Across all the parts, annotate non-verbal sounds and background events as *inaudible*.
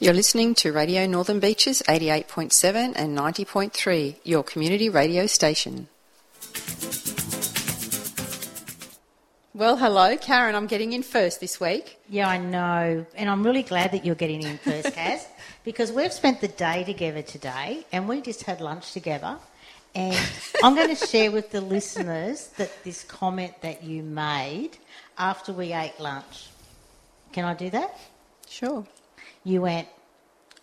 You're listening to Radio Northern Beaches 88.7 and 90.3, your community radio station. Well, hello, Karen. I'm getting in first this week. Yeah, I know. And I'm really glad that you're getting in *laughs* first, Kaz, because we've spent the day together today and we just had lunch together. *laughs* And I'm going to share with the listeners that this comment that you made after we ate lunch. Can I do that? Sure. You went,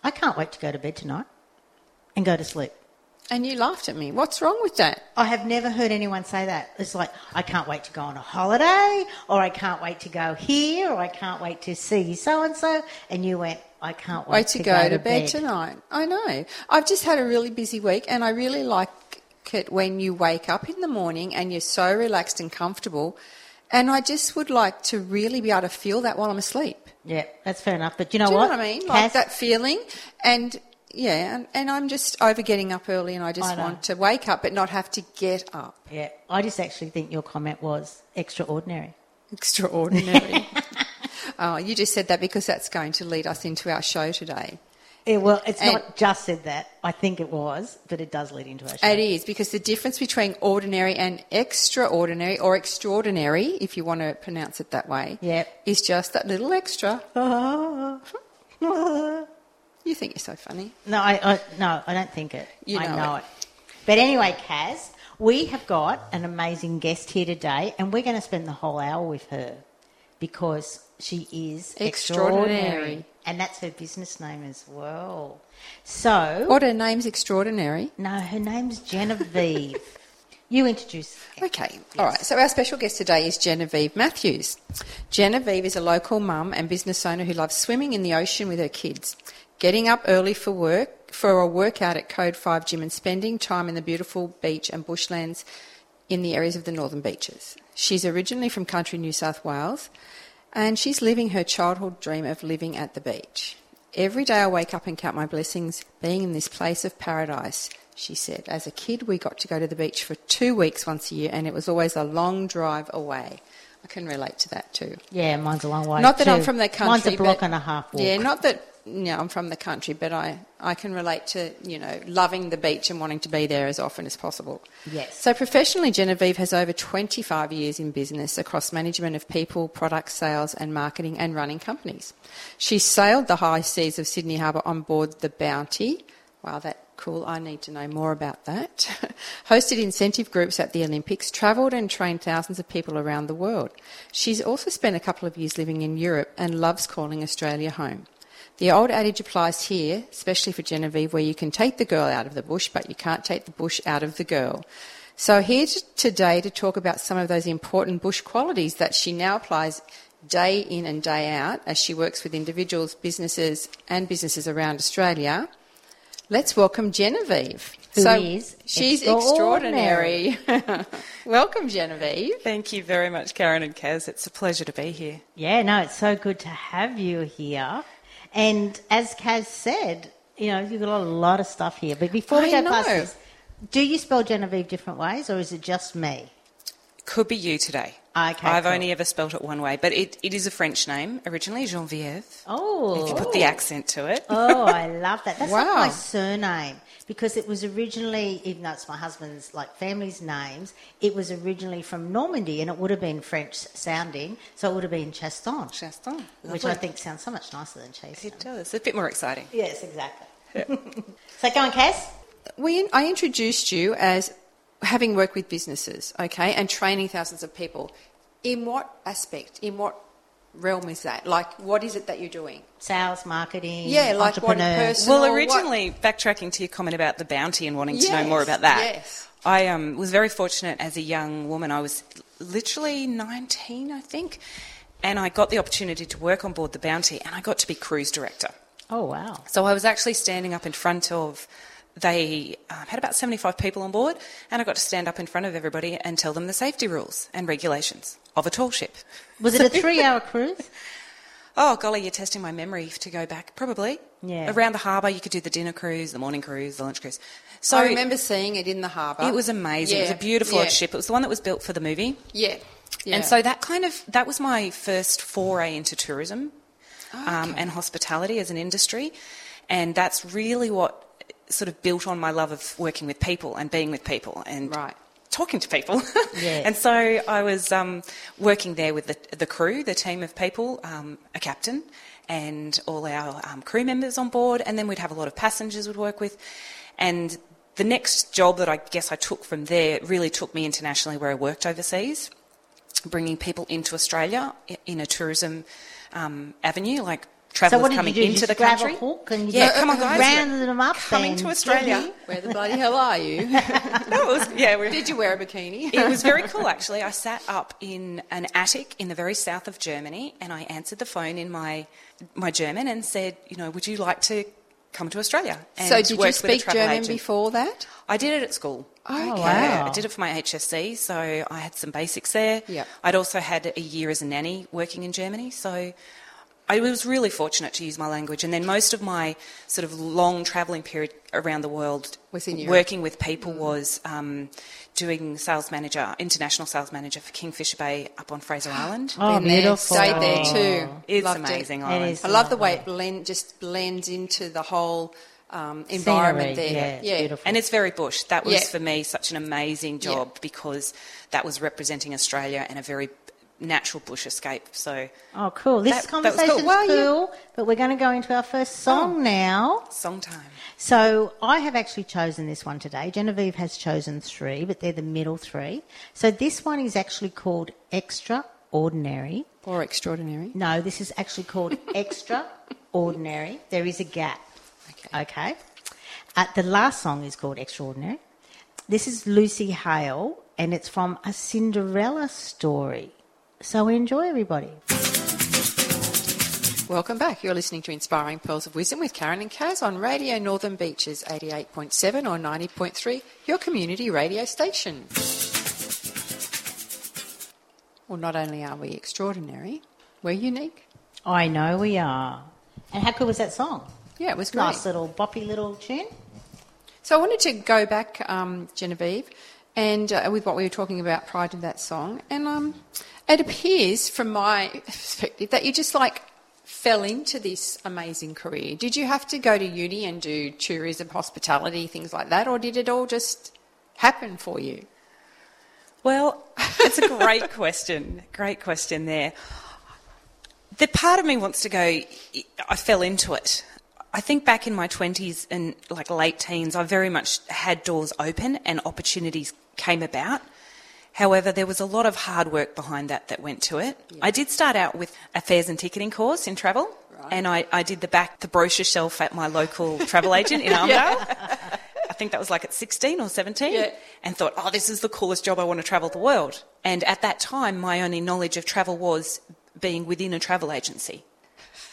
I can't wait to go to bed tonight and go to sleep. And you laughed at me. What's wrong with that? I have never heard anyone say that. It's like, I can't wait to go on a holiday, or I can't wait to go here, or I can't wait to see so and so. And you went, I can't wait, Way to, go, to bed, tonight. I know. I've just had a really busy week, and I really like it when you wake up in the morning and you're so relaxed and comfortable. And I just would like to really be able to feel that while I'm asleep. Yeah, that's fair enough. But you know Do you what? know what I mean? Like Cass, that feeling. And yeah, and, and I'm just over getting up early and I just I know. want to wake up but not have to get up. Yeah, I just actually think your comment was extraordinary. Extraordinary. *laughs* oh, you just said that because that's going to lead us into our show today. Yeah, well, it's And- not just said that. I think it was, but it does lead into our show. It is because the difference between ordinary and extraordinary or extraordinary, if you want to pronounce it that way, Yep. is just that little extra. Ah. You think you're so funny. No, I, I no, I don't think it. You I know know it. But anyway, Kaz, we have got an amazing guest here today, and we're going to spend the whole hour with her because she is Extraordinary. and that's her business name as well. So, What her name's extraordinary. no, her name's Genevieve. you introduce. Okay, all right. So, our special guest today is Genevieve Matthews. Genevieve is a local mum and business owner who loves swimming in the ocean with her kids, getting up early for work for a workout at Code 5 Gym, and spending time in the beautiful beach and bushlands in the areas of the northern beaches. She's originally from country New South Wales and she's living her childhood dream of living at the beach. Every day I wake up and count my blessings being in this place of paradise, she said. As a kid, we got to go to the beach for two weeks once a year, and it was always a long drive away. I can relate to that too. Yeah, mine's a long way. Not that I'm too. from the country. Mine's a block but- and a half walk. Yeah, not that no, I'm from the country, but I, I can relate to, you know, loving the beach and wanting to be there as often as possible. Yes. So professionally, Genevieve has over 25 years in business across management of people, product sales and marketing and running companies. She sailed the high seas of Sydney Harbour on board the Bounty. Wow, that cool. I need to know more about that. *laughs* Hosted incentive groups at the Olympics, travelled and trained thousands of people around the world. She's also spent a couple of years living in Europe and loves calling Australia home. The old adage applies here, especially for Genevieve, where you can take the girl out of the bush, but you can't take the bush out of the girl. So, here t- today to talk about some of those important bush qualities that she now applies day in and day out as she works with individuals, businesses, and businesses around Australia. Let's welcome Genevieve. Who is she's extraordinary. extraordinary. *laughs* welcome, Genevieve. Thank you very much, Karen and Kaz. It's a pleasure to be here. Yeah, no, it's so good to have you here. And as Kaz said, you know, you've got a lot of stuff here. But before we I go past know. this, do you spell Genevieve different ways or is it just me? Could be you today. Okay, I've cool. only ever spelt it one way, but it, it is a French name originally, Genevieve. Oh, If you put the accent to it. oh, I love that. That's like Wow. my surname because it was originally, even though it's my husband's like family's names, it was originally from Normandy and it would have been French sounding, so it would have been Chaston, Chaston. which I think sounds so much nicer than Chaston. It does. A bit more exciting. Yes, exactly. *laughs* so go on, Cass. we, I introduced you as having worked with businesses, okay, and training thousands of people. In what aspect, in what realm is that? Like, what is it that you're doing? sales, marketing, Yeah, like what entrepreneur. person- Well, Well, what- originally, backtracking to your comment about the bounty and wanting to know Yes, more about that, yes. I um, was very fortunate as a young woman. I was literally 19, I think, and I got the opportunity to work on board the bounty and I got to be cruise director. Oh wow! So I was actually standing up in front of they um, had about 75 people on board, and I got to stand up in front of everybody and tell them the safety rules and regulations of a tall ship. Was it a *laughs* three-hour cruise? Oh, golly, you're testing my memory to go back, probably. Yeah. Around the harbour, you could do the dinner cruise, the morning cruise, the lunch cruise. So So I remember seeing it in the harbour. it was amazing. It was Yeah, a beautiful yeah, old ship. It was the one that was built for the movie. Yeah. yeah. And so that kind of that was my first foray into tourism Oh, um, and hospitality as an industry, and that's really what sort of built on my love of working with people and being with people and Right. talking to people. *laughs* Yeah. and so I was um, working there with the, the crew, the team of people, um, a captain, and all our um, crew members on board, and then we'd have a lot of passengers we'd work with, and. The next job that I guess I took from there really took me internationally, where I worked overseas bringing people into Australia i- in a tourism um, avenue, like So travellers what did coming you do? You into just the grab country. a hook and you Yeah, just come on, guys. rounded them up Coming and- to Australia. where the bloody hell *laughs* are you? *laughs* That was yeah. we- Did you wear a *laughs* bikini? it was very cool actually. I sat up in an attic in the very south of Germany, and I answered the phone in my my German and said, you know, would you like to come to Australia? And so worked did you with a speak travel German agent? before that? I did it at school. Okay. Oh, wow. I did it for my HSC, so I had some basics there. Yeah. I'd also had a year as a nanny working in Germany, so I was really fortunate to use my language. And then most of my sort of long travelling period around the world, Was in Europe. Mm. working with people, was um, doing sales manager, international sales manager for Kingfisher Bay up on *gasps* Fraser Island. Oh, Been there, beautiful. Stayed there too. Oh, It's Loved it. amazing. It island. is. I love the way it blend just blends into the whole um, environment Scenery, there. yeah, beautiful. And it's very bush. That was Yeah. for me such an amazing Yeah. job because that was representing Australia and a very natural bush escape. So Oh, cool. This That- that was cool. conversation's cool, Well, you- Oh. but we're going to go into our first song now. song time. So I have actually chosen this one today. Genevieve has chosen three, but they're the middle three. So this one is actually called Extraordinary. Or extraordinary. No, this is actually called Extraordinary. There is a gap. Okay. Okay. Uh, the last song is called Extraordinary. This is Lucy Hale, and it's from a Cinderella story. So enjoy, everybody. Welcome back. You're listening to Inspiring Pearls of Wisdom with Karen and Kaz on Radio Northern Beaches 88.7 or 90.3, your community radio station. Well, not only are we extraordinary, we're unique. I know we are. And how cool was that song? Yeah, it was great. Nice little boppy little tune. So I wanted to go back, um, Genevieve, and uh, with what we were talking about prior to that song, and um, it appears from my *laughs* perspective that you just like fell into this amazing career. Did you have to go to uni and do tourism, hospitality, things like that, or did it all just happen for you? Well, *laughs* it's a great question. Great question there. The part of me wants to go, I fell into it. I think back in my 20s and like late teens, I very much had doors open and opportunities came about. However, there was a lot of hard work behind that that went to it. I did start out with a fares and ticketing course in travel. And I, I did the back, the brochure shelf at my local travel agent in *laughs* Armdale. *laughs* I think that was like at 16 or 17, Yeah. and thought, oh, this is the coolest job. I want to travel the world. And at that time, my only knowledge of travel was being within a travel agency.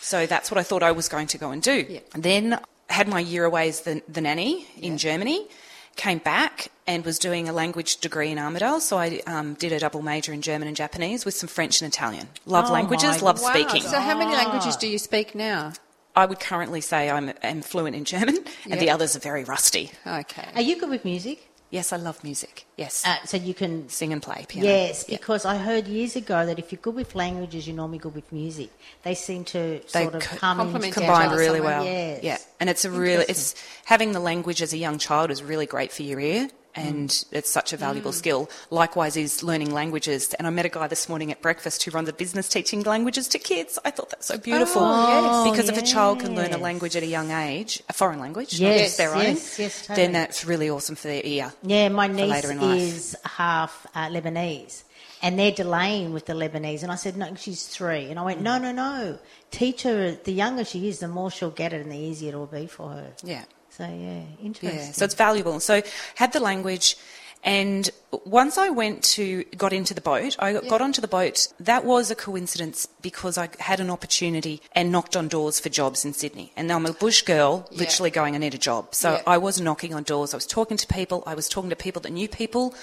So that's what I thought I was going to go and do. Yeah. Then I had my year away as the, the nanny in Germany, came back and was doing a language degree in Armidale. So I um, did a double major in German and Japanese with some French and Italian. Love Oh languages, my love speaking. So how many languages do you speak now? I would currently say I'm, am fluent in German, and the Yeah. others are very rusty. Are Okay. you good with music? Yes, I love music. Yes. Uh, so you can. Sing and play piano. Yes, because I heard years ago that if you're good with languages, you're normally good with music. They seem to They sort of co- come complement into- each combined other really somewhere. well. Yes. Yeah, and it's a really it's having the language as a young child is really great for your ear. And Mm. it's such a valuable skill. Likewise, is learning languages. And I met a guy this morning at breakfast who runs a business teaching languages to kids. I thought that's so beautiful. Oh, yes. Because if a child can learn yes. a language at a young age, a foreign language, not Yes, just their own, yes, yes, totally. then that's really awesome for their ear. Yeah, my for niece later in life. is half uh, Lebanese, and they're delaying with the Lebanese. And I said, "No, she's three. And I went, "No, Mm-hmm. no, no. Teach her. The younger she is, the more she'll get it, and the easier it will be for her." Yeah. So yeah, Yeah, interesting. so it's valuable. So had the language, And once I went to got into the boat, I got got onto the boat. That was a coincidence because I had an opportunity and knocked on doors for jobs in Sydney. And I'm a bush girl, Yeah. literally going, I need a job. So Yeah. I was knocking on doors. I was talking to people. I was talking to people that knew people,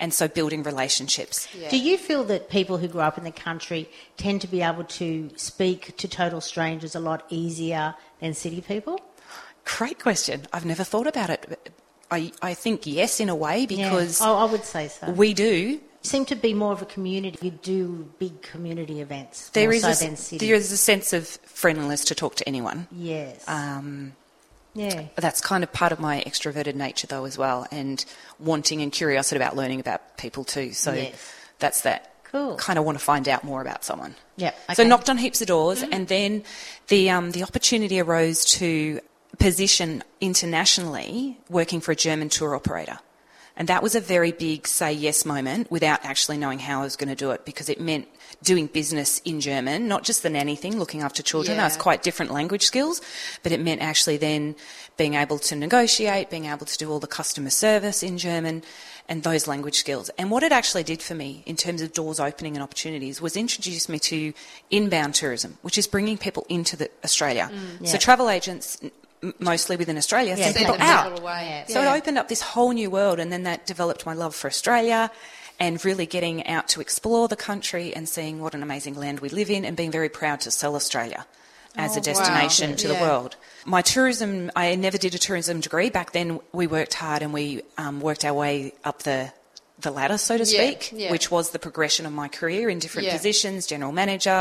and so building relationships. Do you feel that people who grow up in the country tend to be able to speak to total strangers a lot easier than city people? Great question. I've never thought about it. I, I think yes, in a way, Yeah. because Oh, I would say so. we You do. seem to be more of a community. You do big community events There more is, so a, than s- city. there is a sense of friendliness to talk to anyone. yes. Um, yeah. that's kind of part of my extroverted nature, though, as well, and wanting and curiosity about learning about people too. So Yes. that's that. Cool. Kind of want to find out more about someone. Yep, So okay. Mm-hmm. knocked on heaps of doors, and then the um, the opportunity arose to position internationally, working for a German tour operator, and that was a very big say yes moment without actually knowing how I was going to do it because it meant doing business in German, not just the nanny thing, looking after children. That's Yeah. quite quite different language skills, but it meant actually then being able to negotiate, being able to do all the customer service in German and those language skills. And what it actually did for me in terms of doors opening and opportunities was introduce me to inbound tourism, which is bringing people into the, Australia. So Mm. Yeah. travel agents, m- mostly within Australia, send send people them out. away. Yeah. So it opened up this whole new world, and then that developed my love for Australia and really getting out to explore the country and seeing what an amazing land we live in and being very proud to sell Australia as a destination to the Oh, Yeah. world. My tourism, I never did a tourism degree. Back then, we worked hard and we um, worked our way up the the ladder, so to Yeah, speak, yeah. which was the progression of my career in different Yeah. positions, general manager,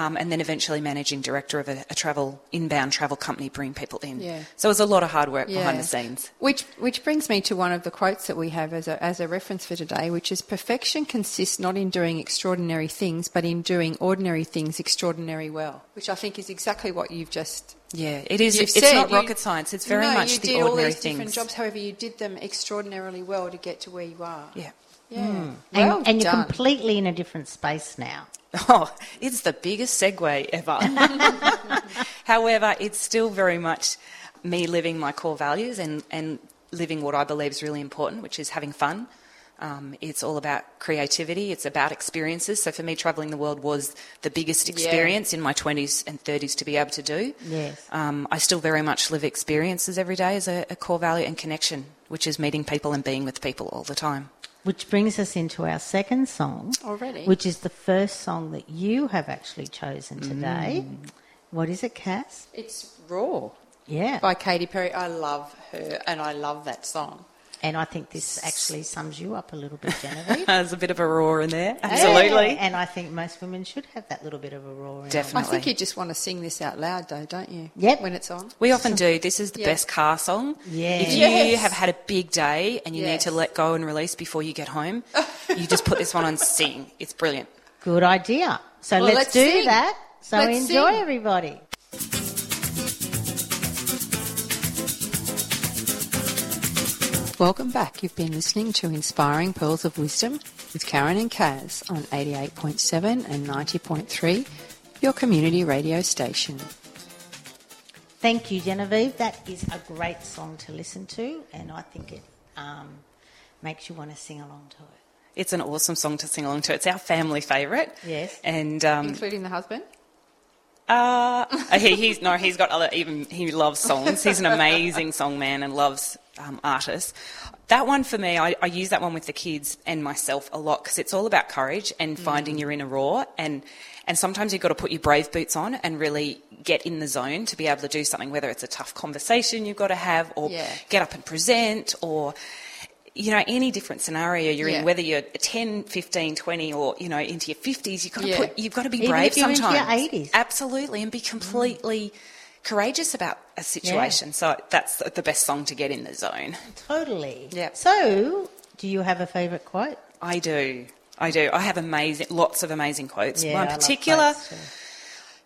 um, and then eventually managing director of a, a travel inbound travel company, bringing people in. Yeah. So it was a lot of hard work behind Yeah. the scenes. Which which brings me to one of the quotes that we have as a, as a reference for today, which is perfection consists not in doing extraordinary things, but in doing ordinary things extraordinary well. Which I think is exactly what you've just. Yeah, it is. you've It's said. not You- rocket science. It's very No, much you the did ordinary all these things. different jobs. However, you did them extraordinarily well to get to where you are. Yeah. Mm. Yeah. And, Well and you're done. completely in a different space now. *laughs* Oh, it's the biggest segue ever. *laughs* However, it's still very much me living my core values and, and living what I believe is really important, which is having fun. Um, it's all about creativity. It's about experiences. So for me, traveling the world was the biggest experience in my 20s and 30s to be able to do. Yes. Um, I still very much live experiences every day as a, a core value and connection, which is meeting people and being with people all the time. Which brings us into our second song. Already? Which is the first song that you have actually chosen today. Mm. What is it, Cass? It's raw Yeah. by Katy Perry. I love her, and I love that song. And I think this actually sums you up a little bit, *laughs* Genevieve. There's a bit of a roar in there. Yeah, And I think most women should have that little bit of a roar. in them. Definitely. I think you just want to sing this out loud, though, don't you? Yep. When it's on. We often do. This is the Yeah. best car song. Yeah. If you Yes. have had a big day and you need to Yes. let go and release before you get home, you just put this one on and sing. It's brilliant. Good idea. So Well, let's, let's do sing. that. So Let's enjoy, sing. everybody. Welcome back. You've been listening to Inspiring Pearls of Wisdom with Karen and Kaz on 88.7 and 90.3, your community radio station. Thank you, Genevieve. That is a great song to listen to, and I think it um, makes you want to sing along to it. It's an awesome song to sing along to. It's our family favourite. Yes. And um, Including the husband? uh, *laughs* he, he's no, he's got other even. He loves songs. He's an amazing song man and loves um, artists. That one for me, I, I use that one with the kids and myself a lot because it's all about courage Mm. and finding your inner roar and. And sometimes you've got to put your brave boots on and really get in the zone to be able to do something, whether it's a tough conversation you've got to have, or Yeah. get up and present, or, you know, any different scenario you're Yeah. in, whether you're 10, 15, 20, or, you know, into your 50s, you've got to, Yeah. put, you've got to be Even brave if you're into your sometimes. 80s. Absolutely, and be completely courageous about a situation. So that's the best song to get in the zone. Totally. Yep. So, do you have a favourite quote? I do. I do. I have amazing, lots of amazing quotes. Yeah, One I love particular, quotes too.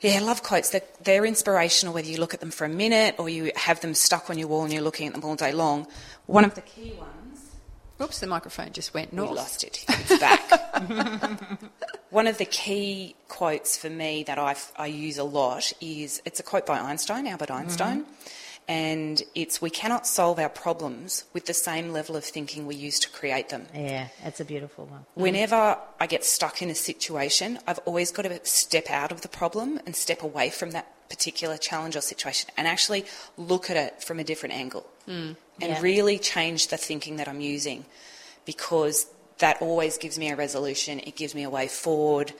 yeah, I love quotes. They're, they're inspirational, whether you look at them for a minute or you have them stuck on your wall and you're looking at them all day long. One of the key ones Oops, the microphone just went We north. lost it. It's back. *laughs* One of the key quotes for me that I, I use a lot is it's a quote by Einstein, Albert Einstein, And it's we cannot solve our problems with the same level of thinking we use to create them. Yeah, that's a beautiful one. Mm. Whenever I get stuck in a situation, I've always got to step out of the problem and step away from that particular challenge or situation and actually look at it from a different angle Mm. and Yeah. really change the thinking that I'm using because that always gives me a resolution, it gives me a way forward.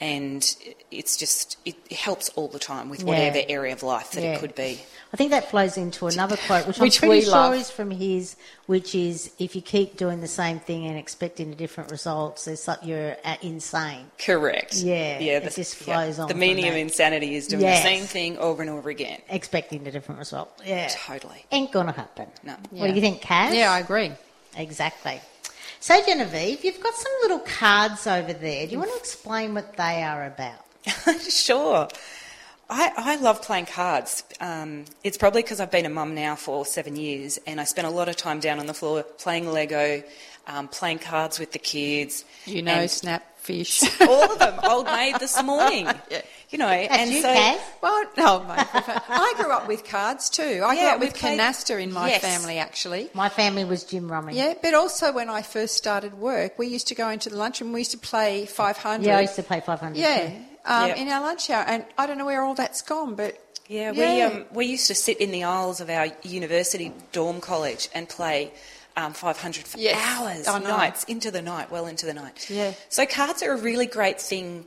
And it's just, it helps all the time with Yeah. whatever area of life that Yeah. it could be. I think that flows into another quote, which, Which I'm pretty we sure love. is from his, which is if you keep doing the same thing and expecting different results, there's like you're uh, insane. Correct. Yeah, it the- just flows on The from meaning of that. insanity is doing Yes. the same thing over and over again. Expecting a different result. Yeah. Totally. Ain't gonna happen. No. What do you think, Cass? Yeah, I agree. Exactly. So Genevieve, you've got some little cards over there. Do you want to explain what they are about? *laughs* sure. I, I love playing cards. Um, it's probably because I've been a mum now for seven years and I spent a lot of time down on the floor playing Lego, um, playing cards with the kids. You know, and snap, fish. all of them. Old maid this morning. You know, and you, so. Kaz. *laughs* Well, no, mate. I grew up with cards too. I grew Yeah, up with we played- canasta in my Yes. family, actually. My family was Jim Romming. Yeah, but also when I first started work, we used to go into the lunchroom. We used to play 500. Yeah, I used to play 500. Yeah, too. um, Yep. in our lunch hour, and I don't know where all that's gone, but Yeah, Yeah. we um, we used to sit in the aisles of our university dorm college and play um, 500 for Yes. hours, I know. nights into the night, well into the night. Yeah. So cards are a really great thing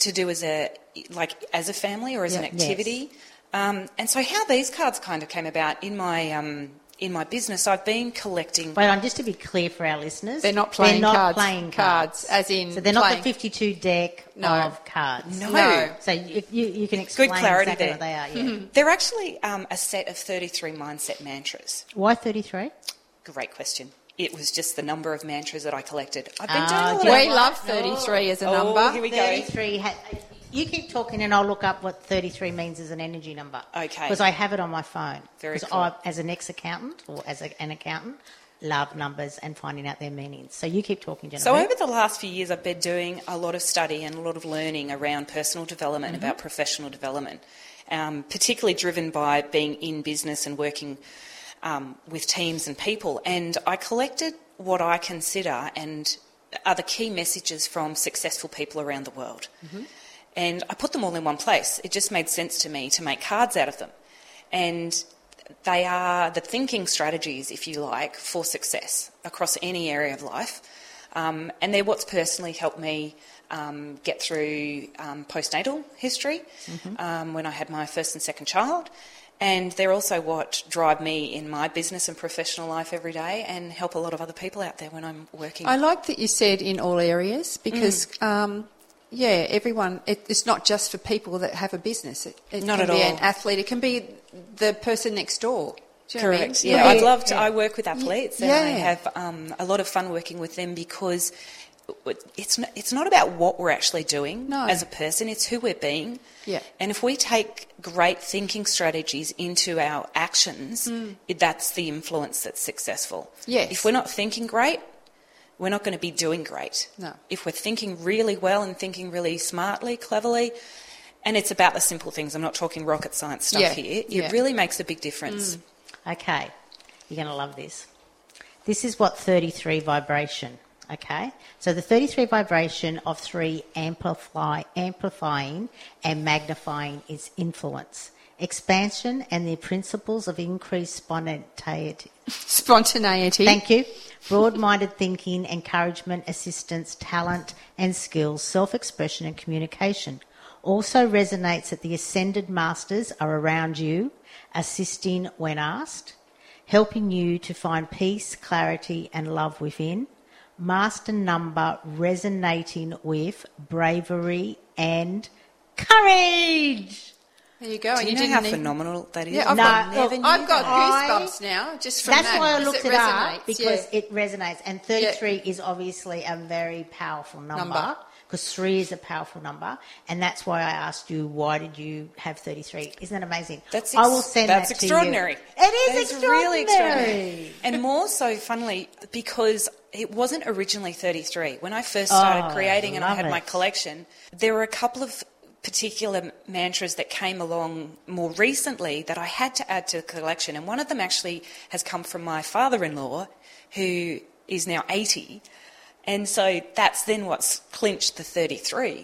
to do as a like as a family or as an Yeah. Yes. activity. Um, and so how these cards kind of came about in my um, in my business, I've been collecting. But um, just to be clear for our listeners, They're not playing they're not cards. playing Cards, as in so they're playing- not the 52 deck No. of cards. No. No. So you, you, you can explain clarity exactly there. what they are. Yeah. Mm-hmm. They're actually um, a set of 33 mindset mantras. Why 33? Great question. It was just the number of mantras that I collected. I've been Ah, doing a lot do you of we know love what? 33 as a Oh, number. here we go. 33. Ha- you keep talking, and I'll look up what 33 means as an energy number. Okay. Because I have it on my phone. Very 'Cause cool. I, as an ex-accountant or as a, an accountant, love numbers and finding out their meanings. So you keep talking, Jennifer. So over the last few years, I've been doing a lot of study and a lot of learning around personal development, about professional development, um, particularly driven by being in business and working um, with teams and people. And I collected what I consider and are the key messages from successful people around the world. And I put them all in one place. It just made sense to me to make cards out of them. And they are the thinking strategies, if you like, for success across any area of life. Um, and they're what's personally helped me um, get through um, postnatal history um, when I had my first and second child. And they're also what drive me in my business and professional life every day and help a lot of other people out there when I'm working. I like that you said in all areas because, um, yeah, everyone. It, it's not just for people that have a business. It, it Not can at be all. an athlete. It can be the person next door. Do you know what I mean? Correct. Yeah, Could I be- love to. I work with athletes, and I Yeah. have um, a lot of fun working with them because it's not, it's not about what we're actually doing No. as a person; it's who we're being. Yeah. And if we take great thinking strategies into our actions, it, that's the influence that's successful. Mm. Yes. If we're not thinking great, we're not going to be doing great. No. If we're thinking really well and thinking really smartly, cleverly. And it's about the simple things. I'm not talking rocket science stuff Yeah. here. It Yeah. really makes a big difference. Okay, you're going to love this. This is what 33 vibration, okay? So the 33 vibration of three amplify, amplifying and magnifying its influence, expansion, and the principles of increased spontaneity. spontaneity. Thank you. Broad minded thinking, encouragement, assistance, talent and skills, self expression and communication. Also resonates that the ascended masters are around you, assisting when asked, helping you to find peace, clarity, and love within. Master number resonating with bravery and courage. There you go. Do Oh, and you, you know didn't how need- phenomenal that is? Yeah, I've No, got, look, well, I've got that. goosebumps now just from That's that. why I because looked it, resonates, up because yeah. it resonates. And 33 is obviously a very powerful number Number. because three is a powerful number. And that's why I asked you, why did you have 33? Isn't that amazing? That's I ex- will send that's that to you. extraordinary. It That is extraordinary. really extraordinary. And more so, funnily, because it wasn't originally 33. When I first started Oh, creating and I love had my it. collection, there were a couple of particular mantras that came along more recently that I had to add to the collection. And one of them actually has come from my father in law, who is now 80. And so that's then what's clinched the 33.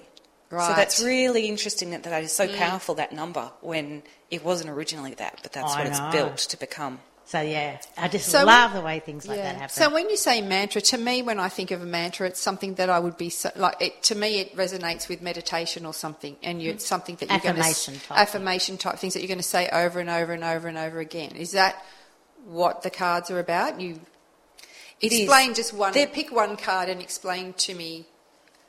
So Right. Mm. that's really interesting that that is so powerful, that number, when it wasn't originally that, but that's I what it's know. built to become. So yeah, I just So- love the way things like Yeah. that happen. So when you say mantra, to me, when I think of a mantra, it's something that I would be so, like. It, to me, it resonates with meditation or something, and you, it's something that you're Mm-hmm. Affirmation going to type affirmation type things that you're going to say over and over and over and over again. Is that what the cards are about? You It is. explain just one. They're- pick one card and explain to me.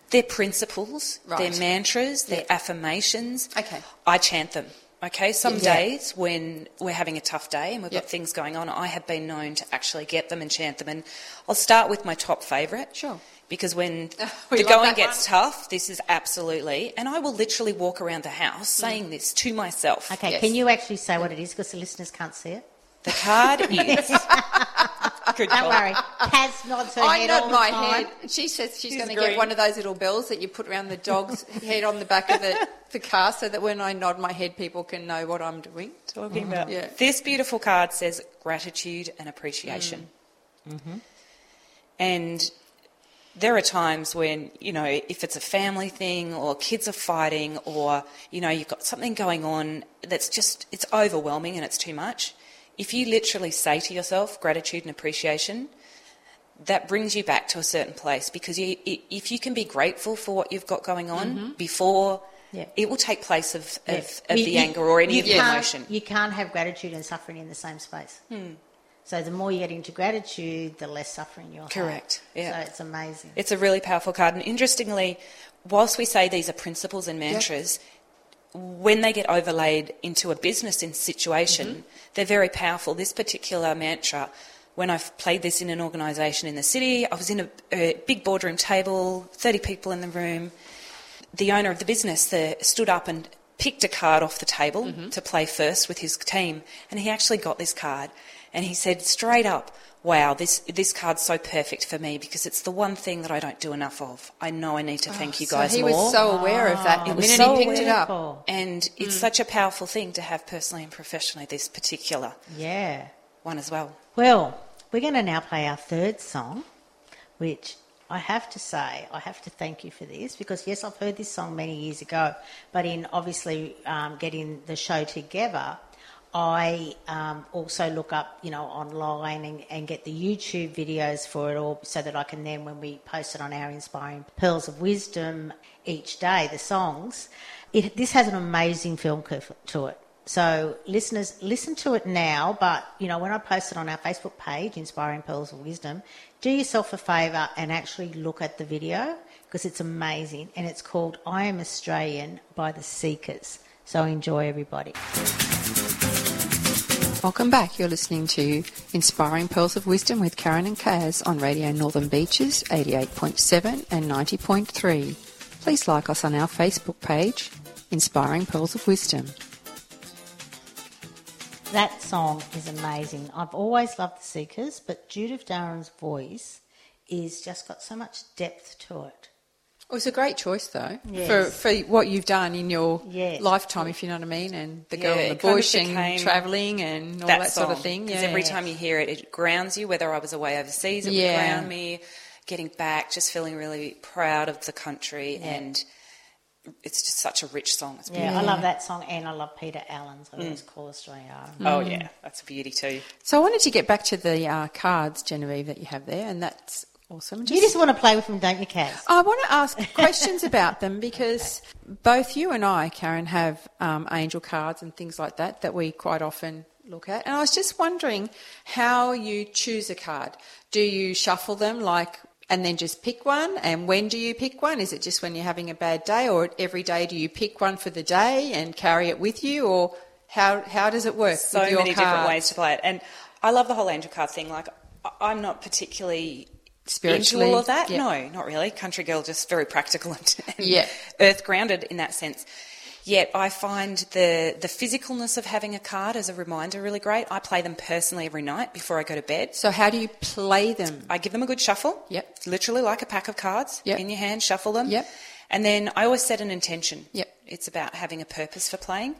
Their principles, Right. their mantras, their Yeah. affirmations. Okay. I chant them. Okay, some Yeah. days when we're having a tough day and we've Yeah. got things going on, I have been known to actually get them and chant them. And I'll start with my top favourite. Sure. Because when *laughs* We the love going that gets tough, this is absolutely. And I will literally walk around the house Mm. saying this to myself. okay, Yes. can you actually say what it is because the listeners can't see it? The card is. *laughs* Good Don't *laughs* call. worry, Kaz nods her I head all nod the my time. head. She says she's She's going to agreeing. get one of those little bells that you put around the *laughs* dog's head on the back of the, the car, so that when I nod my head, people can know what I'm doing. Talking about. Yeah. This beautiful card says gratitude and appreciation. Mm. Mm-hmm. And there are times when, you know, if it's a family thing or kids are fighting or, you know, you've got something going on that's just, it's overwhelming and it's too much. If you literally say to yourself gratitude and appreciation, that brings you back to a certain place because you, i- if you can be grateful for what you've got going on before, Mm-hmm. Yeah. it will take place of, of, Yeah. of You- the you- anger or any you of the can't- emotion. Hmm. You can't have gratitude and suffering in the same space. So the more you get into gratitude, the less suffering you'll have. Correct, yeah. So it's amazing. It's a really powerful card. And interestingly, whilst we say these are principles and mantras, when they get overlaid into a business in situation, Mm-hmm. they're very powerful. This particular mantra, when I've played this in an organisation in the city, I was in a, a big boardroom table, 30 people in the room. The owner of the business the, stood up and picked a card off the table Mm-hmm. to play first with his team, and he actually got this card. And he said straight up, "Wow, this this card's so perfect for me because it's the one thing that I don't do enough of. I know I need to thank you guys Ah, so he more." was so aware of that the was minute so he picked it up. Wonderful. And it's Mm. such a powerful thing to have personally and professionally, this particular Yeah. one as well. Well, we're going to now play our third song, which I have to say, I have to thank you for this because, yes, I've heard this song many years ago, but in obviously um, getting the show together, I um, also look up, you know, online and, and get the YouTube videos for it all so that I can then, when we post it on our Inspiring Pearls of Wisdom each day, the songs, it, this has an amazing film curve to it. So, listeners, listen to it now. But you know, when I post it on our Facebook page, Inspiring Pearls of Wisdom, do yourself a favour and actually look at the video because it's amazing, and it's called "I Am Australian" by the Seekers. So enjoy, everybody. Welcome back. You're listening to Inspiring Pearls of Wisdom with Karen and Kaz on Radio Northern Beaches 88.7 and 90.3. Please like us on our Facebook page, Inspiring Pearls of Wisdom. That song is amazing. I've always loved the Seekers, but Judith Darren's voice is just got so much depth to it. It was a great choice, though, Yes. for, for what you've done in your Yes. lifetime, if you know what I mean, and the girl Yeah, in the it kind of bush and became travelling and all that, that, sort of song, thing. 'cause Yeah. every time you hear it, it grounds you. Whether I was away overseas, it Yeah. would ground me. Getting back, just feeling really proud of the country, and it's just such a rich song. It's Yeah, Mm. beautiful. I love that song, and I love Peter Allen's. I always call Australia. Mm. Ireland. Oh yeah, that's a beauty too. So I wanted to get back to the uh, cards, Genevieve, that you have there, and that's awesome. You just want to play with them, don't you, Kaz? I want to ask questions about them because both you and I, Karen, have um, angel cards and things like that that we quite often look at. And I was just wondering how you choose a card. Do you shuffle them like and then just pick one? And when do you pick one? Is it just when you're having a bad day, or every day do you pick one for the day and carry it with you, or how how does it work? so with your many different cards? ways to play it. And I love the whole angel card thing. Like, I- I'm not particularly into Spiritually, all of that. yeah. No, not really. Country girl, just very practical *laughs* and, and Yeah. earth grounded in that sense. Yet I find the the physicalness of having a card as a reminder really great. I play them personally every night before I go to bed. So how do you play them? I give them a good shuffle. Yep. Literally like a pack of cards Yep. in your hand, shuffle them. Yep. And then I always set an intention. Yep. It's about having a purpose for playing.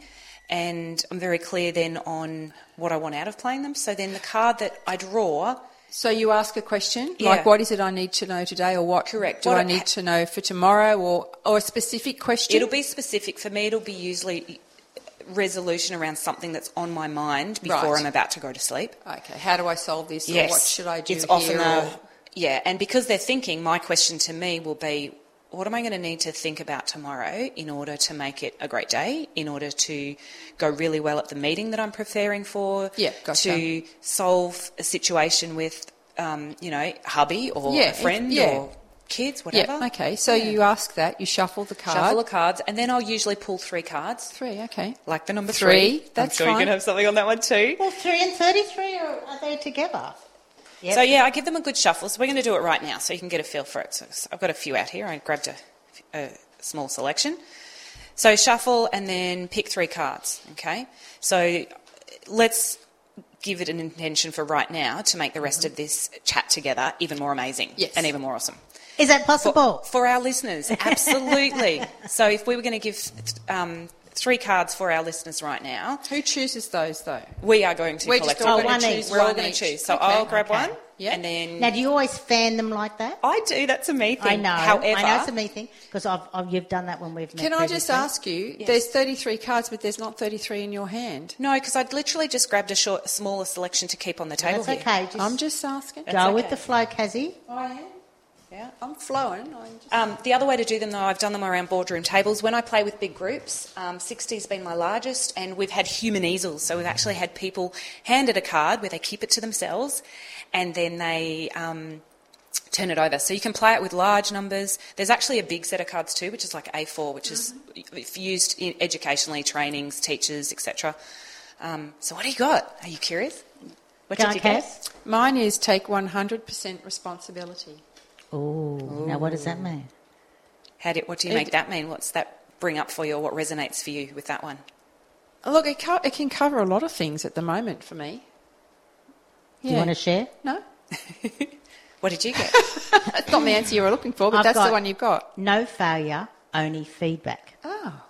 And I'm very clear then on what I want out of playing them. So then the card that I draw, So you ask a question Yeah. like, "What is it I need to know today?" or "What Correct. do What I it- need to know for tomorrow?" or or a specific question. it'll be specific. For me, it'll be usually resolution around something that's on my mind before Right. I'm about to go to sleep. okay. How do I solve this? Or what should I do? It's here, often or- a, yeah, and because they're thinking, my question to me will be, what am I going to need to think about tomorrow in order to make it a great day? In order to go really well at the meeting that I'm preparing for? Yeah, gotcha. To solve a situation with, um, you know, hubby or Yeah, a friend yeah. or kids, whatever. yeah. Okay. So you ask that. You shuffle the card. Shuffle the cards, and then I'll usually pull three cards, three. Okay. like the number Three, three. that's I'm sure fine. you can have something on that one too. Well, three and thirty-three are, are they together? Yep. So yeah, I give them a good shuffle. So we're going to do it right now, so you can get a feel for it. So, so I've got a few out here. I grabbed a, a small selection. So shuffle and then pick three cards. Okay. So let's give it an intention for right now to make the rest of this chat together even more amazing Yes. and even more awesome. Is that For, possible? for our listeners, absolutely. so if we were going to give um, three cards for our listeners right now, Who chooses those though? we are going to We're just collect. all Oh, going one to choose. each. We're all one going each. to choose. So Okay. I'll grab okay. one, Yeah. and then now, do you always fan them like that? I do. That's a me thing. I know. However, I know it's a me thing because I've, I've, you've done that when we've met. Can I just previously. ask you? There's 33 cards, but there's not 33 in your hand. no, because I'd literally just grabbed a short, smaller selection to keep on the table That's here. okay. Just I'm just asking. go with okay. the flow, Kazzy. I am. Yeah. I'm flowing. I'm just... Um, the other way to do them, though, I've done them around boardroom tables. When I play with big groups, um, 60's been my largest, and we've had human easels. So we've actually had people handed a card where they keep it to themselves, and then they. Um, turn it over. So you can play it with large numbers. There's actually a big set of cards too, which is like A4, which is if used in educationally, trainings, teachers, etc. Um, so what do you got? Are you curious? What Go did on, you get? Kaz. Mine is take 100% responsibility. Oh, now what does that mean? How do, what do you make that mean? What's that bring up for you, or what resonates for you with that one? Look, it, co- it can cover a lot of things at the moment for me. Do you want to share? No, What did you get? that's not the answer you were looking for, but I've that's the got- one you've got. No failure, only feedback. Oh,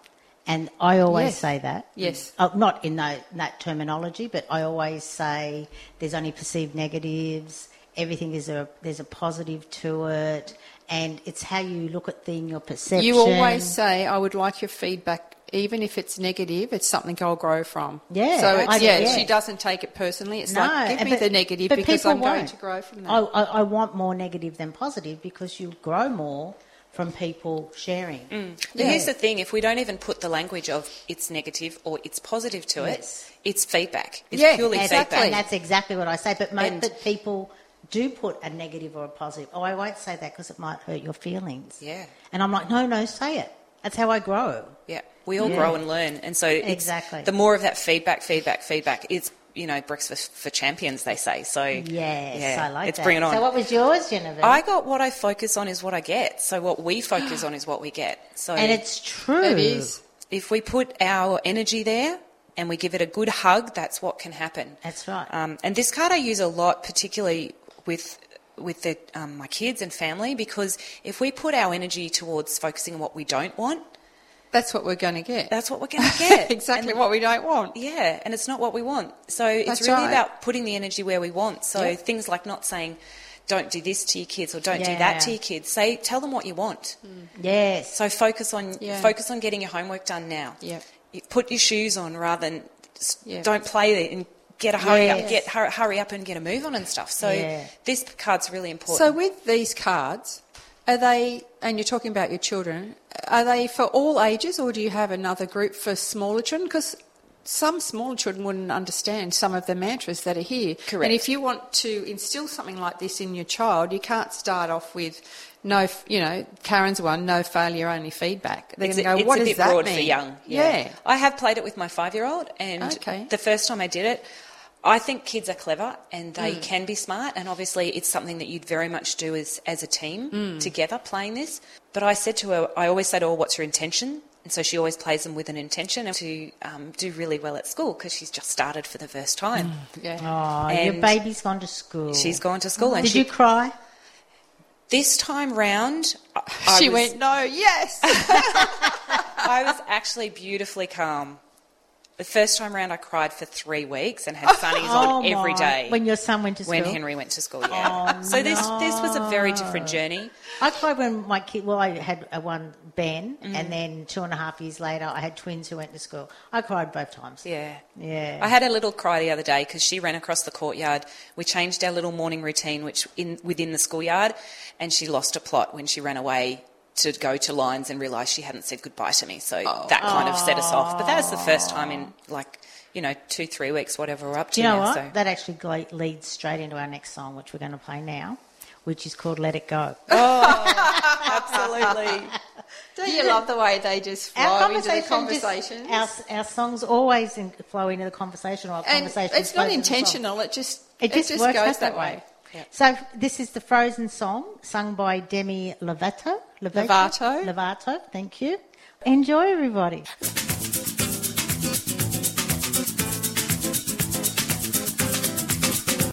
And I always Yes. say that. Yes. Oh, not in tho- that terminology, but I always say there's only perceived negatives. Everything is a there's a positive to it, and it's how you look at things, your perception. you always say I would like your feedback, even if it's negative. It's something I'll grow from. Yeah, So I it's, do, yeah, yeah. she doesn't take it personally. It's no, like give me but- the negative but because people I'm going won't. to grow from that. I, I, I want more negative than positive because you grow more from people sharing. But Here's the thing: if we don't even put the language of it's negative or it's positive to it, Yes. it's feedback. It's Yeah, purely And- exactly. And that's exactly what I say. But, mo- And- but people do put a negative or a positive. Oh, I won't say that because it might hurt your feelings. Yeah. And I'm like, no, no, say it. That's how I grow. Yeah, we all Yeah. grow and learn, and so it's- Exactly. The more of that feedback, feedback, feedback. It's you know bricks for, for champions, they say. So Yes, yeah, I like it's that. bring it on. So what was yours, Genevieve? I got what I focus on is what I get. So what we focus on is what we get. So and it's true. It is. if we put our energy there and we give it a good hug, that's what can happen. That's right. Um, and this card I use a lot, particularly with with the, um, my kids and family, because if we put our energy towards focusing on what we don't want, That's what we're going to get. that's what we're *laughs* going to get. exactly And- what we don't want. yeah, and it's not what we want. So it's That's really right. about putting the energy where we want. So Yeah. things like not saying, "Don't do this to your kids" or "Don't do that to Yeah. your kids." Say, tell them what you want. yes. So focus on Yeah. focus on getting your homework done now. Yep. You put your shoes on rather than s Yep. don't play there and get a hurry up, Yes. get hurry, hurry up and get a move on and stuff. So Yeah. this card's really important. So with these cards, are they? And you're talking about your children. Are they for all ages, or do you have another group for smaller children? Because some smaller children wouldn't understand some of the mantras that are here. Correct. And if you want to instill something like this in your child, you can't start off with no, f- you know, Karen's one, no failure, only feedback. They're it's going to go, a, it's what a does bit that broad mean? for young. Yeah. I have played it with my five year old, and Okay. the first time I did it, I think kids are clever and they Mm. can be smart, and obviously it's something that you'd very much do as, as a team Mm. together playing this. But I said to her, I always say to her, what's your intention? And so she always plays them with an intention and to um, do really well at school because she's just started for the first time. Yeah. oh, your and- baby's gone to school. She's gone to school and Did she you cry? This time round, I, I *laughs* she was, went, no, yes. *laughs* I was actually beautifully calm. The first time round, I cried for three weeks and had sunnies on every Oh, my. day When your son went to school. when Henry went to school. Yeah. Oh, so this this was a very different journey. I cried when my kid. Well, I had a one Ben, Mm. and then two and a half years later, I had twins who went to school. I cried both times. Yeah. Yeah. I had a little cry the other day because she ran across the courtyard. We changed our little morning routine, which in within the schoolyard, and she lost a plot when she ran away to go to lines and realised she hadn't said goodbye to me. So that kind of set us off. But that was the first time in like you know two three weeks whatever we're up to Do you know now. what? So. That actually go- leads straight into our next song, which we're going to play now, which is called "Let It Go." Oh, Absolutely. *laughs* Don't you love the way they just flow into the conversation? Just, our, our songs always in, flow into the conversation, or our and conversation. it's not flows into the song. intentional. It just It just, works goes out that way. So this is the Frozen song sung by Demi Lovato. Lovato. Lovato. Thank you. Enjoy, everybody.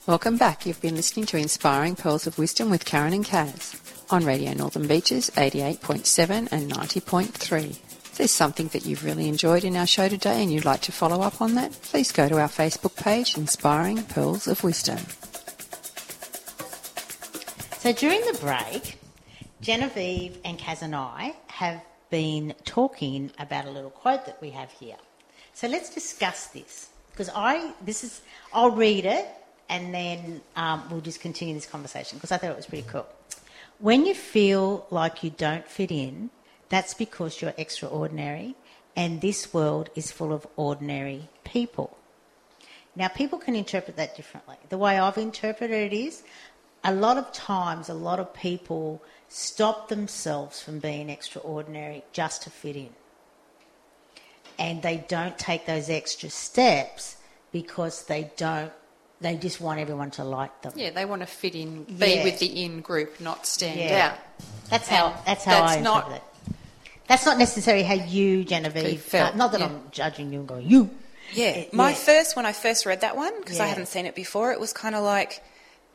Welcome back. You've been listening to Inspiring Pearls of Wisdom with Karen and Kaz on Radio Northern Beaches 88.7 and 90.3. If there's something that you've really enjoyed in our show today and you'd like to follow up on that, please go to our Facebook page, Inspiring Pearls of Wisdom. So during the break, Genevieve and Kaz and I have been talking about a little quote that we have here. So let's discuss this because I this is I'll read it and then um, we'll just continue this conversation because I thought it was pretty cool. When you feel like you don't fit in, that's because you're extraordinary, and this world is full of ordinary people. Now, people can interpret that differently. The way I've interpreted it is a lot of times, a lot of people stop themselves from being extraordinary just to fit in. And they don't take those extra steps because they don't, they just want everyone to like them. Yeah, they want to fit in, be be Yeah. with with the in group, not stand Yeah. out. out. That's how, And that's how that's I interpret not- it. That's not necessarily how you, Genevieve, felt, uh, not that yeah. I'm judging you and going, you. Yeah. Uh, My yeah. first, when I first read that one, because I Yeah. hadn't seen it before, it was kind of like,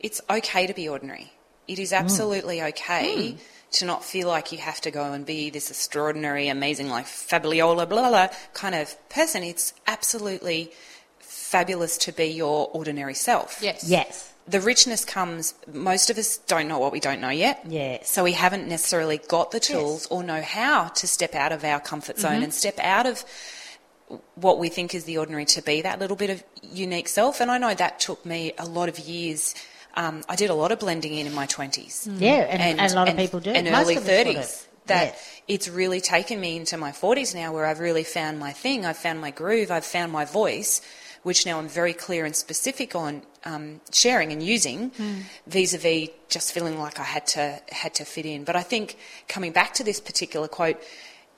it's okay to be ordinary. It Mm. is absolutely Hmm. okay to not feel like you have to go and be this extraordinary, amazing, like Fabiola, blah, blah, kind of person. It's absolutely fabulous to be your ordinary self Yes. Yes. the richness comes most of us don't know what we don't know yet Yeah. so we haven't necessarily got the tools or know how to step out of our comfort zone Mm-hmm. and step out of what we think is the ordinary to be that little bit of unique self and i know that took me a lot of years um, i did a lot of blending in in my 20s Mm. Yeah, and, and, a lot of people do. and Most early of us would have. 30s that Yeah. it's really taken me into my 40s now where I've really found my thing. I've found my groove. I've found my voice, which now I'm very clear and specific on um, sharing and using, Hmm. vis-a-vis just feeling like I had to had to fit in. But I think coming back to this particular quote,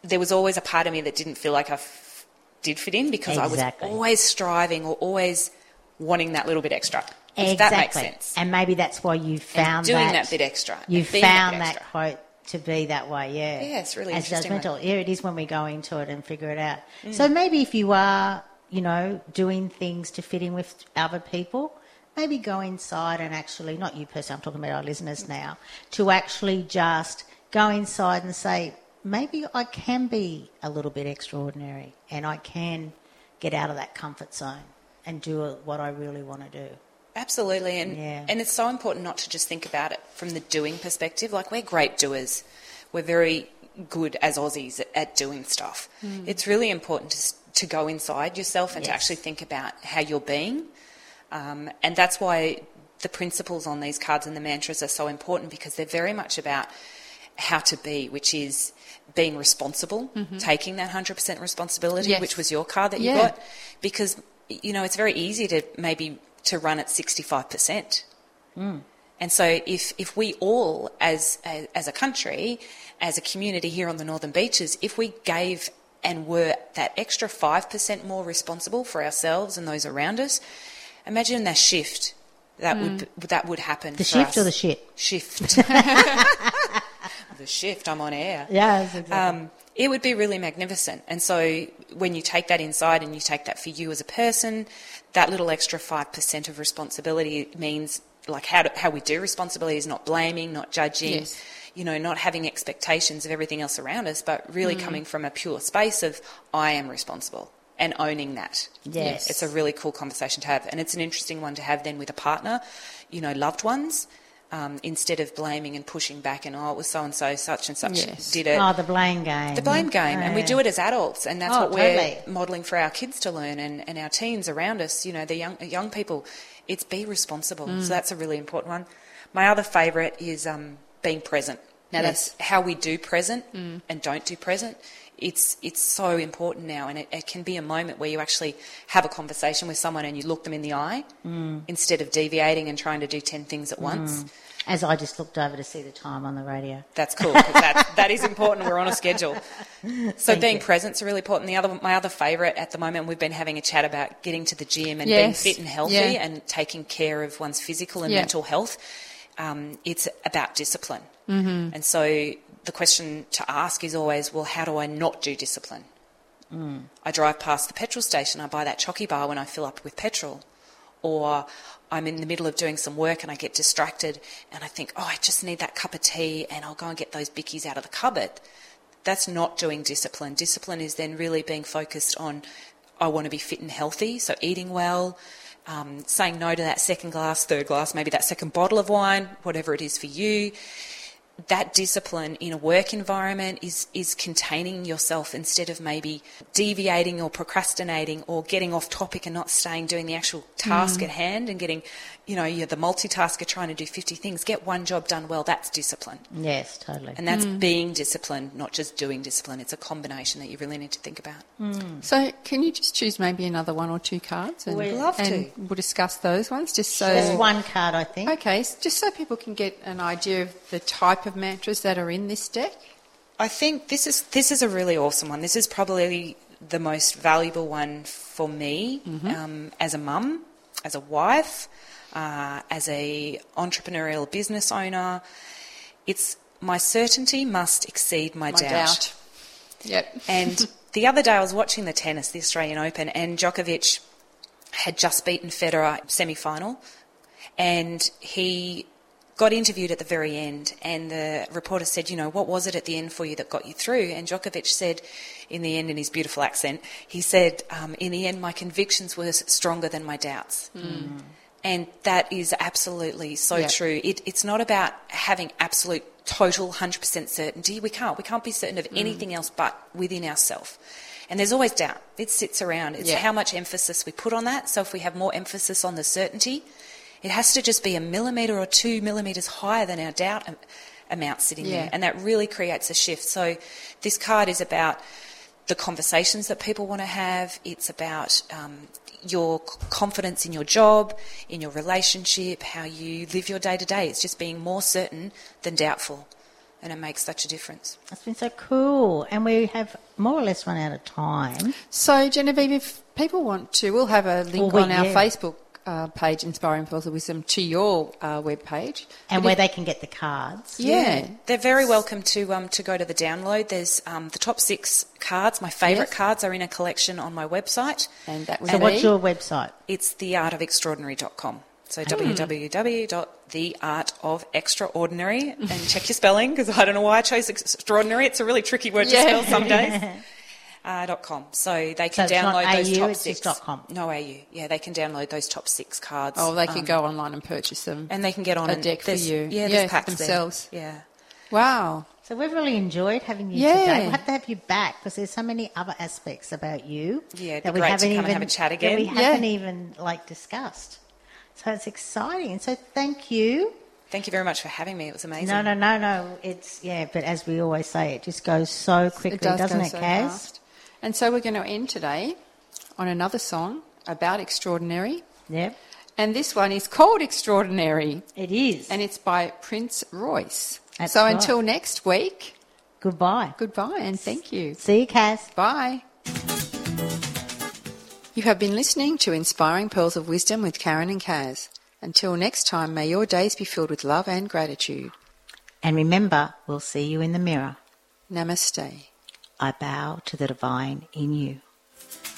there was always a part of me that didn't feel like I f- did fit in because I Exactly. was always striving or always wanting that little bit extra. If that makes Exactly. sense. And maybe that's why you found doing that, that bit extra, You and being that found bit that, extra. quote to be that way, yeah. Yeah, it's really As interesting, Mm. judgmental. Yeah, it is when we go into it and figure it out. So maybe if you are, you know, doing things to fit in with other people, maybe go inside and actually, not you personally, I'm talking about our Mm. listeners now, to actually just go inside and say, maybe I can be a little bit extraordinary and I can get out of that comfort zone and do what I really want to do. Absolutely, and Yeah. and it's so important not to just think about it from the doing perspective. Like we're great doers, we're very good as Aussies at, at doing stuff. It's really important to s- to go inside yourself and to Hmm. Yes. actually think about how you're being, um, and that's why the principles on these cards and the mantras are so important because they're very much about how to be, which is being responsible, Mm-hmm. taking that hundred percent responsibility, Yes. which was your card that you Yeah. got because you know it's very easy to maybe to run at 65 percent Hmm. and so if if we all as, as as a country as a community here on the northern beaches if we gave and were that extra 5% more responsible for ourselves and those around us imagine that shift that would that would happen Hmm. The shift or the shit? *laughs* shift *laughs* the shift i'm on air Yes, exactly. um, it would be really magnificent. And so when you take that inside and you take that for you as a person, that little extra 5% of responsibility means like how, do, how we do responsibility is not blaming, not judging, Yes. you know, not having expectations of everything else around us, but really Mm-hmm. coming from a pure space of I am responsible and owning that. Yes. It's a really cool conversation to have. And it's an interesting one to have then with a partner, you know, loved ones. Um, instead of blaming and pushing back and oh it was so and so such and such Yes. did it Oh, the blame game. the blame game, and we Yeah. do it as adults, and that's Oh, what we're totally. modelling for our kids to learn, and, and our teens around us. You know, the young young people, it's be responsible. Mm. So that's a really important one. My other favourite is um, being present. Now that's how we do present Mm. and don't do present. It's it's so important now, and it, it can be a moment where you actually have a conversation with someone and you look them in the eye Mm. instead of deviating and trying to do ten things at once. As I just looked over to see the time on the radio. That's cool. 'cause that, that is important. We're on a schedule. So being present's really important. The other, my other favourite at the moment, we've been having a chat about getting to the gym and being Yes. fit and healthy Yeah. and taking care of one's physical and Yeah. mental health. Um, it's about discipline. Mm-hmm. And so the question to ask is always, well, how do I not do discipline? I drive past the petrol station, I buy that chocky bar when I fill up with petrol. Or I'm in the middle of doing some work and I get distracted and I think, oh, I just need that cup of tea and I'll go and get those bickies out of the cupboard. That's not doing discipline. Discipline is then really being focused on, I want to be fit and healthy, so eating well, um, saying no to that second glass, third glass, maybe that second bottle of wine, whatever it is for you that discipline in a work environment is is containing yourself instead of maybe deviating or procrastinating or getting off topic and not staying doing the actual task at hand and getting you know you're the multitasker trying to do 50 things get one job done well that's discipline Yes, totally. and that's being disciplined not just doing discipline it's a combination that you really need to think about So, can you just choose maybe another one or two cards? And, We'd love and to. We'll discuss those ones just so. There's one card, I think. Okay, s- just so people can get an idea of the type of mantras that are in this deck. I think this is this is a really awesome one. This is probably the most valuable one for me um, as a mum, as a wife, uh, as a entrepreneurial business owner. It's my certainty must exceed my, My doubt. doubt. Yep. And the other day I was watching the tennis, the Australian Open, and Djokovic had just beaten Federer semi final. And he got interviewed at the very end. And the reporter said, You know, what was it at the end for you that got you through? And Djokovic said, in the end, in his beautiful accent, he said, um, In the end, my convictions were s- stronger than my doubts. And that is absolutely so Yeah. true. It, it's not about having absolute, total, 100% certainty. We can't. We can't be certain of anything else but within ourselves. And there's always doubt. It sits around. It's Yeah. how much emphasis we put on that. So if we have more emphasis on the certainty, it has to just be a millimetre or two millimetres higher than our doubt am- amount sitting Yeah. there. And that really creates a shift. So this card is about the conversations that people want to have. It's about um, your c- confidence in your job, in your relationship, how you live your day to day. It's just being more certain than doubtful. And it makes such a difference. It's been so cool. And we have more or less run out of time. So, Genevieve, if people want to, we'll have a link Well, we- on our yeah. Facebook uh, page, Inspiring Pearls of Wisdom, to your uh, webpage. And But where if- they can get the cards. yeah. They're very welcome to um, to go to the download. There's um, the top six cards. My favourite Yes. cards are in a collection on my website. And that was So, what's me. your website? It's theartofextraordinary.com. So Hmm. www.theartofextraordinary and check your spelling because I don't know why I chose extraordinary. It's a really tricky word Yeah. to spell some *laughs* days. Uh, dot com. So they So can it's not download those AU, top it's six. just dot com. No AU. Yeah, they can download those top six cards. Oh, they um, can go online and purchase them. and they can get on a and deck for there's- you. Yeah, Yeah, there's for packs there. themselves. Yeah. wow. So, we've really enjoyed having you Yeah. today. We'll have to have you back because there's so many other aspects about you Yeah, it'd be great to come and have a chat That we again. Yeah. haven't even like discussed. So, it's exciting. And so, thank you. Thank you very much for having me. It was amazing. No, no, no, no. It's, yeah, but as we always say, it just goes so quickly, It does not go it, so Kaz? fast. And so we're going to end today on another song about extraordinary. Yep. And this one is called Extraordinary, It is. and it's by Prince Royce. That's so right. until next week, Goodbye. goodbye and thank you. See you, Kaz. Bye. You have been listening to Inspiring Pearls of Wisdom with Karen and Kaz. Until next time, may your days be filled with love and gratitude. And remember, we'll see you in the mirror. Namaste. I bow to the divine in you.